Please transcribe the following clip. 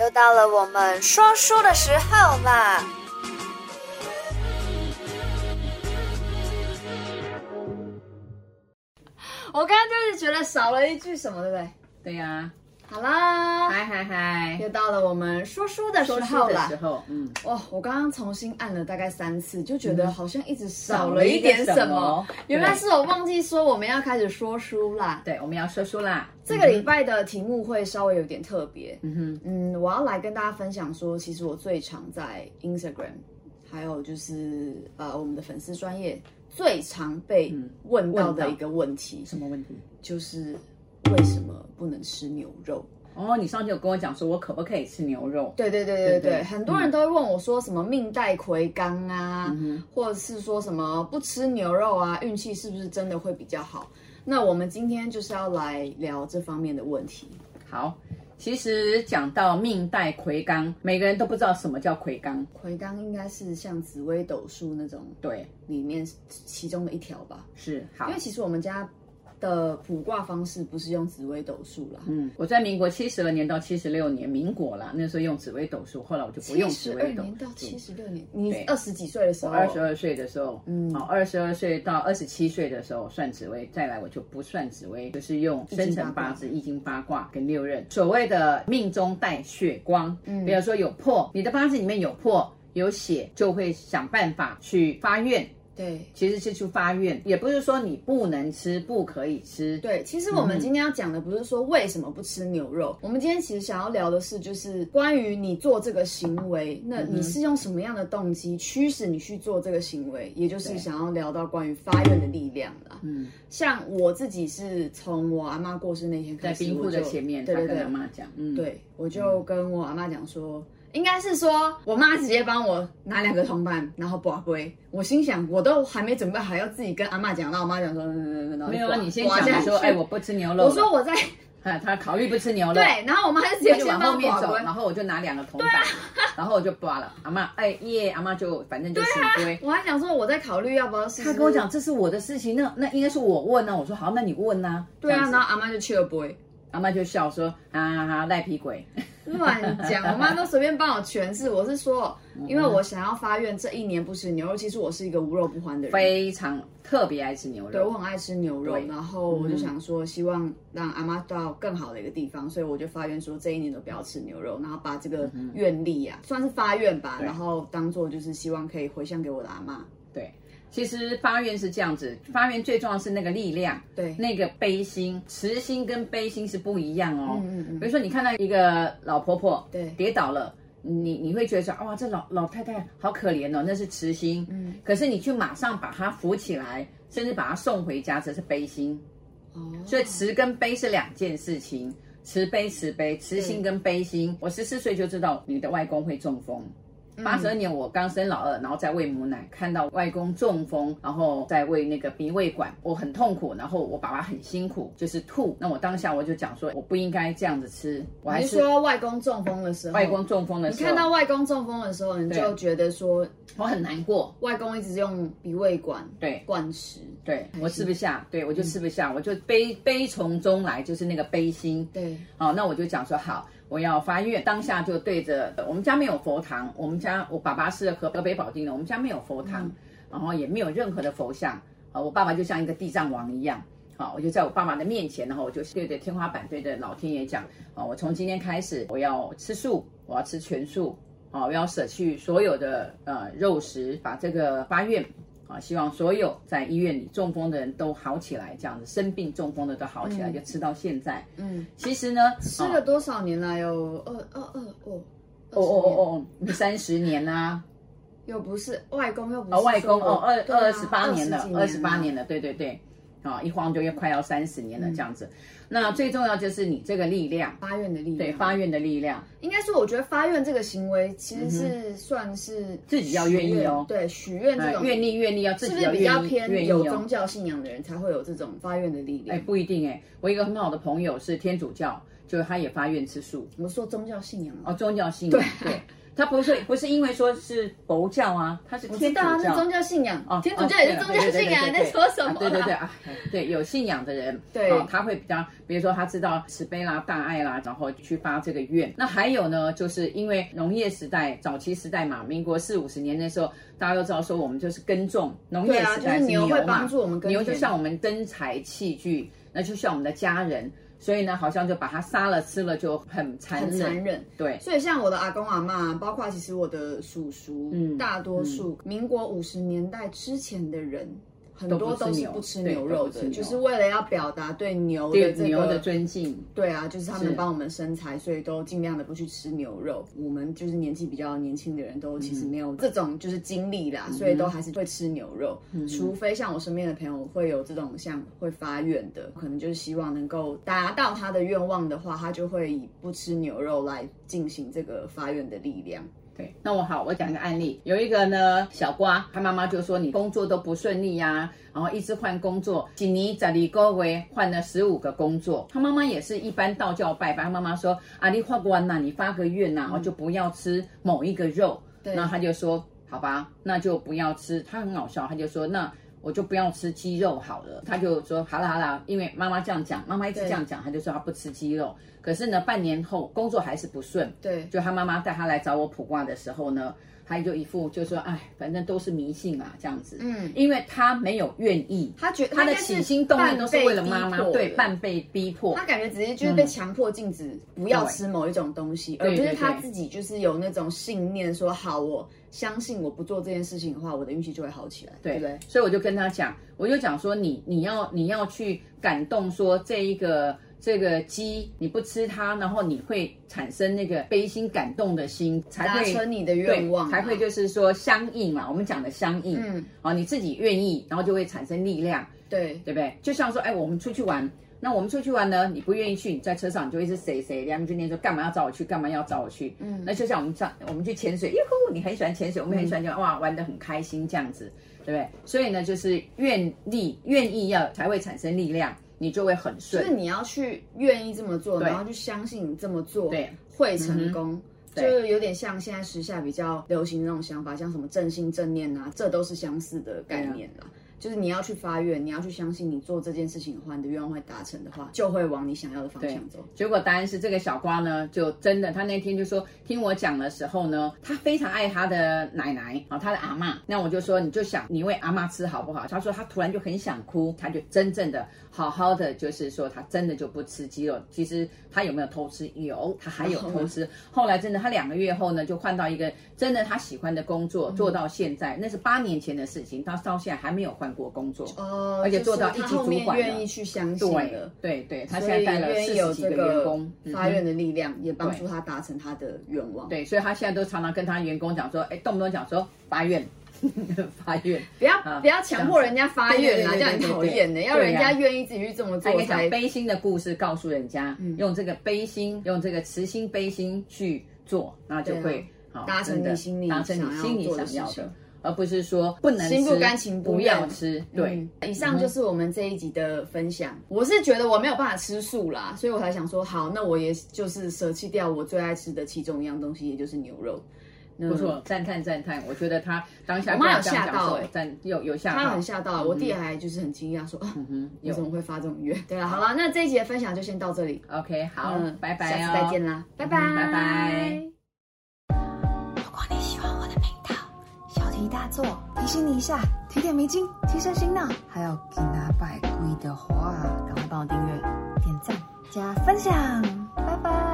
又到了我们说书的时候啦！我刚刚就是觉得少了一句什么，对不对？对呀、好啦，嗨嗨嗨，又到了我们说书啊的时说书候的啦时。候，嗯，哇、我刚刚重新按了大概三次，就觉得好像一直少少了了一一点点什什么么。原来是我忘记说我们要开始说书啦。对，我们要说书啦。这个礼拜的题目会稍微有点特别，嗯嗯，我要来跟大家分享说，其实我最常在 Instagram，还有就是呃我们的粉丝专业最常被嗯问到问到的一个问题，哼，什么问题？就是为什么不能吃牛肉？哦，你上次有跟我讲说，我可不可以吃牛肉？对对对对对，对对很多人都会问我说什么命带葵刚啊，嗯或者是说什么不吃牛肉啊，运气是不是真的会比较好？那我们今天就是要来聊这方面的问题。好，其实讲到命带魁罡，每个人都不知道什么叫魁罡。葵刚应该是像紫微斗数那种对，里面其中的一条吧，是好因为。其实我们家的卜卦方式不是用紫微斗数啦，嗯，我在民国七十二年到七十六年，民国啦，那时候用紫微斗数，后来我就不用紫十二微斗年到数七。十六年，你对二十几岁的时我候，二十二岁的时候，嗯嗯，哦，二十二岁到二十七岁的时候算紫微，再来我就不算紫微，就是用生辰八字、易经八卦跟六壬，所谓的命中带血光，嗯，比如说有破，你的八字里面有破有血，就会想办法去发愿，对。其实是去发愿，也不是说你不能吃、不可以吃，对，其实我们今天要讲的不是说为什么不吃牛肉，我们今天其实想要聊的是，就是关于你做这个行为，那你是用什么样的动机驱使你去做这个行为，也就是对想要聊到关于发愿的力量啦。嗯，像我自己是从我阿妈过世那天开在始，冰库的我就前面，对他对跟对阿，妈讲，嗯，对我就跟我阿妈讲说。应该是说，我妈直接帮我拿两个铜板，然后拔龟。我心想，我都还没准备好，要自己跟阿妈讲，那我妈讲说，嗯嗯嗯，然后就没有啊，拔你先拔下讲说，去哎，我不吃牛肉了，我说我在哎，他考虑不吃牛肉，对，然后我妈就直他接就先往帮后我面把走，关然。后我就拿两个铜板，然后我就抓了阿妈，哎耶，阿妈就反正就死归。我还想说我在考虑要不要试试。他跟我，讲这是我的事情，那那应该是我问啊。我说好，那你问呐、对啊，这然样子后阿妈就去了不会阿妈就笑说啊哈哈，赖皮鬼。乱讲，我妈都随便帮我诠释。我是说，嗯因为我想要发愿这一年不吃牛肉，其实我是一个无肉不欢的人。非常特别爱吃牛对，我肉。很爱吃牛肉，对嗯然后我就想说，希望让阿妈到更好的一个地方，所以我就发愿说这一年都不要吃牛肉，然后把这个嗯愿力啊，算是发愿吧，然后当做就是希望可以回向给我的阿妈。其实发愿是这样子，发愿最重要的是那个力量，对，那个悲心，慈心跟悲心是不一样哦。嗯嗯嗯，比如说，你看到一个老婆婆对跌倒了，你你会觉得说，哇，这老老太太好可怜哦，那是慈心。嗯，可是你去马上把她扶起来，甚至把她送回家，这是悲心。哦，嗯所以慈跟悲是两件事情，慈悲慈悲，慈心跟悲心。我十四岁就知道你的外公会中风。嗯八十二年我刚生老二，然后在喂母奶，看到外公中风，然后在喂那个鼻胃管，我很痛苦，然后我爸爸很辛苦，就是吐。那我当下我就讲说，我不应该这样子吃，我还你是是说外公中风的时候，外公中风的你时看候，到外公中风的时候，你对就觉得说我很难过。外公一直用鼻胃管对灌食，对嗯我吃不下，对我就吃不下，我就悲悲从中来，就是那个悲心。对，好，哦那我就讲说好，我要发愿，当下就对着呃我们家没有佛堂，我们家我爸爸是河河北保定的，我们家没有佛堂，然后也没有任何的佛像，啊，我爸爸就像一个地藏王一样。好，我就在我爸爸的面前，然后我就对着天花板，对着老天爷讲，啊，我从今天开始，我要吃素，我要吃全素，啊，我要舍去所有的呃肉食，把这个发愿，啊，希望所有在医院里中风的人都好起来，这样子生病中风的都好起来，嗯就吃到现在。嗯，其实呢，吃啊了多少年了？有二二二哦，20年，哦哦哦哦，三十年啦、又不是外公，又不哦是外公说哦二对啊二十八年了20几，二十八了嗯年了，对对对，啊、一晃就要快要三十年了这样子。那最重要就是你这个力量，发愿的力量，对发愿的力量，应该说，我觉得发愿这个行为其实是算是自己要愿意哦许愿对，许愿这呃种愿力愿力要自是不嗯是己要比较愿意偏愿意有哦宗。教信仰的人才会有这种发愿的力哎，量？不一定哎，我一个很好的朋友是天主教，就是他也发愿吃素我们说宗教信仰啊，哦，宗教信仰对。他不是不是因为说是佛教啊，他是我知天主道啊，那教。宗教信仰，哦天主教也是哦宗对教啊信仰，对对对对你对在说什么啊啦？对对对啊，对有信仰的人，对哦他会比较，比如说他知道慈悲啦、大爱啦，然后去发这个愿。那还有呢，就是因为农业时代、早期时代嘛，民国四五十年那时候，大家都知道说我们就是耕种，农业对啊时代就是牛牛嘛，会帮助我们耕牛就田像我们灯材器具，那就像我们的家人，所以呢，好像就把它杀了吃了就很残很忍，残忍。对。所以像我的阿公阿妈，包括其实我的叔叔，嗯大多数民国五十年代之前的人。很多都不吃都是牛不吃对牛肉都不吃的，牛就是为了要表达对牛的对这个牛的尊敬，对啊，就是他们是帮我们生财，所以都尽量的不去吃牛肉。我们就是年纪比较年轻的人，都其嗯实没有这种就是经历啦，所以都还是会吃牛肉。嗯除非像我身边的朋友会有这种像会发愿的，可能就是希望能够达到他的愿望的话，他就会以不吃牛肉来进行这个发愿的力量。对，那我好，我讲个案例，有一个呢小瓜，他妈妈就说你工作都不顺利呀、然后一直换工作，几年在里高维换了十五个工作，他妈妈也是一般道教拜拜，他妈妈说啊你发官呐、你发个愿呐、我就不要吃某一个肉，对那他就说好吧，那就不要吃，他很好笑，他就说那。我就不要吃鸡肉好了，他就说好啦好啦，因为妈妈这样讲，妈妈一直这样讲，他就说他不吃鸡肉。可是呢，半年后工作还是不顺，对，就他妈妈带他来找我卜卦的时候呢，他就一副就说：“哎，反正都是迷信啊，这样子。”嗯，因为他没有愿意，他觉他的起心动念都是为了妈妈，对，半。半被逼迫他。感觉只是就是被强迫禁止不要吃某一种东西，嗯对而就是对他对自己就是有那种信念说，好，我相信我不做这件事情的话，我的运气就会好起来，对对不对？所以我就跟他讲，我就讲说你你要你要去感动说这一个这个鸡你不吃它，然后你会产生那个悲心感动的心，才达会成你的对愿望嘛啊才会就是说相应嘛，我们讲的相应，嗯，啊、你自己愿意，然后就会产生力量，对对不对？就像说，哎，我们出去玩，那我们出去玩呢，你不愿意去，你在车上你就一直谁谁梁君念说干嘛要找我去，干嘛要找我去？嗯，那就像我们上我们去潜水，哟呼，你很喜欢潜水，我们很喜欢就、哇玩的很开心这样子，对不对？所以呢，就是愿力愿意要才会产生力量，你就会很就顺是。你要去愿意这么做，对然后去相信你这么做对嗯会成功。就对是有点像现在时下比较流行的那种想法，像什么正心正念啊，这都是相似的概念啊啦。就是你要去发愿，你要去相信你做这件事情的话，你的愿望会达成的话，就会往你想要的方向走。结果答案是这个小瓜呢，就真的，他那天就说听我讲的时候呢，他非常爱他的奶奶啊、他的阿嬷。那我就说你就想你喂阿嬷吃好不好？他说他突然就很想哭，他就真正的好好的就是说他真的就不吃鸡肉。其实他有没有偷吃？有，他还有哦偷吃。后来真的他两个月后呢，就换到一个真的他喜欢的工作，嗯做到现在，那是八年前的事情，他到现在还没有换过工作。哦，而且做到就是一级他后主面管了愿意去相信对了，对对，他所现在以带了愿四意有十几这个员工，嗯发愿的力量，也帮助他达成他的愿望。，对，所以他现在都常常跟他员工讲说，哎，动不动讲说发愿， 发愿，不要啊不要强迫人家发愿啊，这这样样子很对对对对讨厌的。对啊要人家愿意自己去这么他做应该讲才。悲心的故事告诉人家，嗯用这个悲心，用这个慈心悲心去做，那就会对啊好达成真的你心里达成你想要心里做的想要事的情，而不是说不能吃，心不甘情不不愿要吃，对嗯，以上就是我们这一集的分享。我是觉得我没有办法吃素啦，所以我才想说，好，那我也就是舍弃掉我最爱吃的其中一样东西，也就是牛肉。那不错，赞叹赞叹，我觉得他当下嗯我妈跟有这样吓讲的时到候欸赞有有吓他到，很吓到，啊我弟还就是很惊讶说，啊，嗯，你怎有么会发这种愿？对啊，好了，那这一集的分享就先到这里。 ，OK，好，嗯，拜拜、哦，下次再见啦，拜拜，嗯拜拜。如果你喜欢我的频道，小题大做，提醒你一下，提点迷津，提升醒脑。还有给拿百贵的话，赶快帮我订阅、点赞、加分享，拜拜。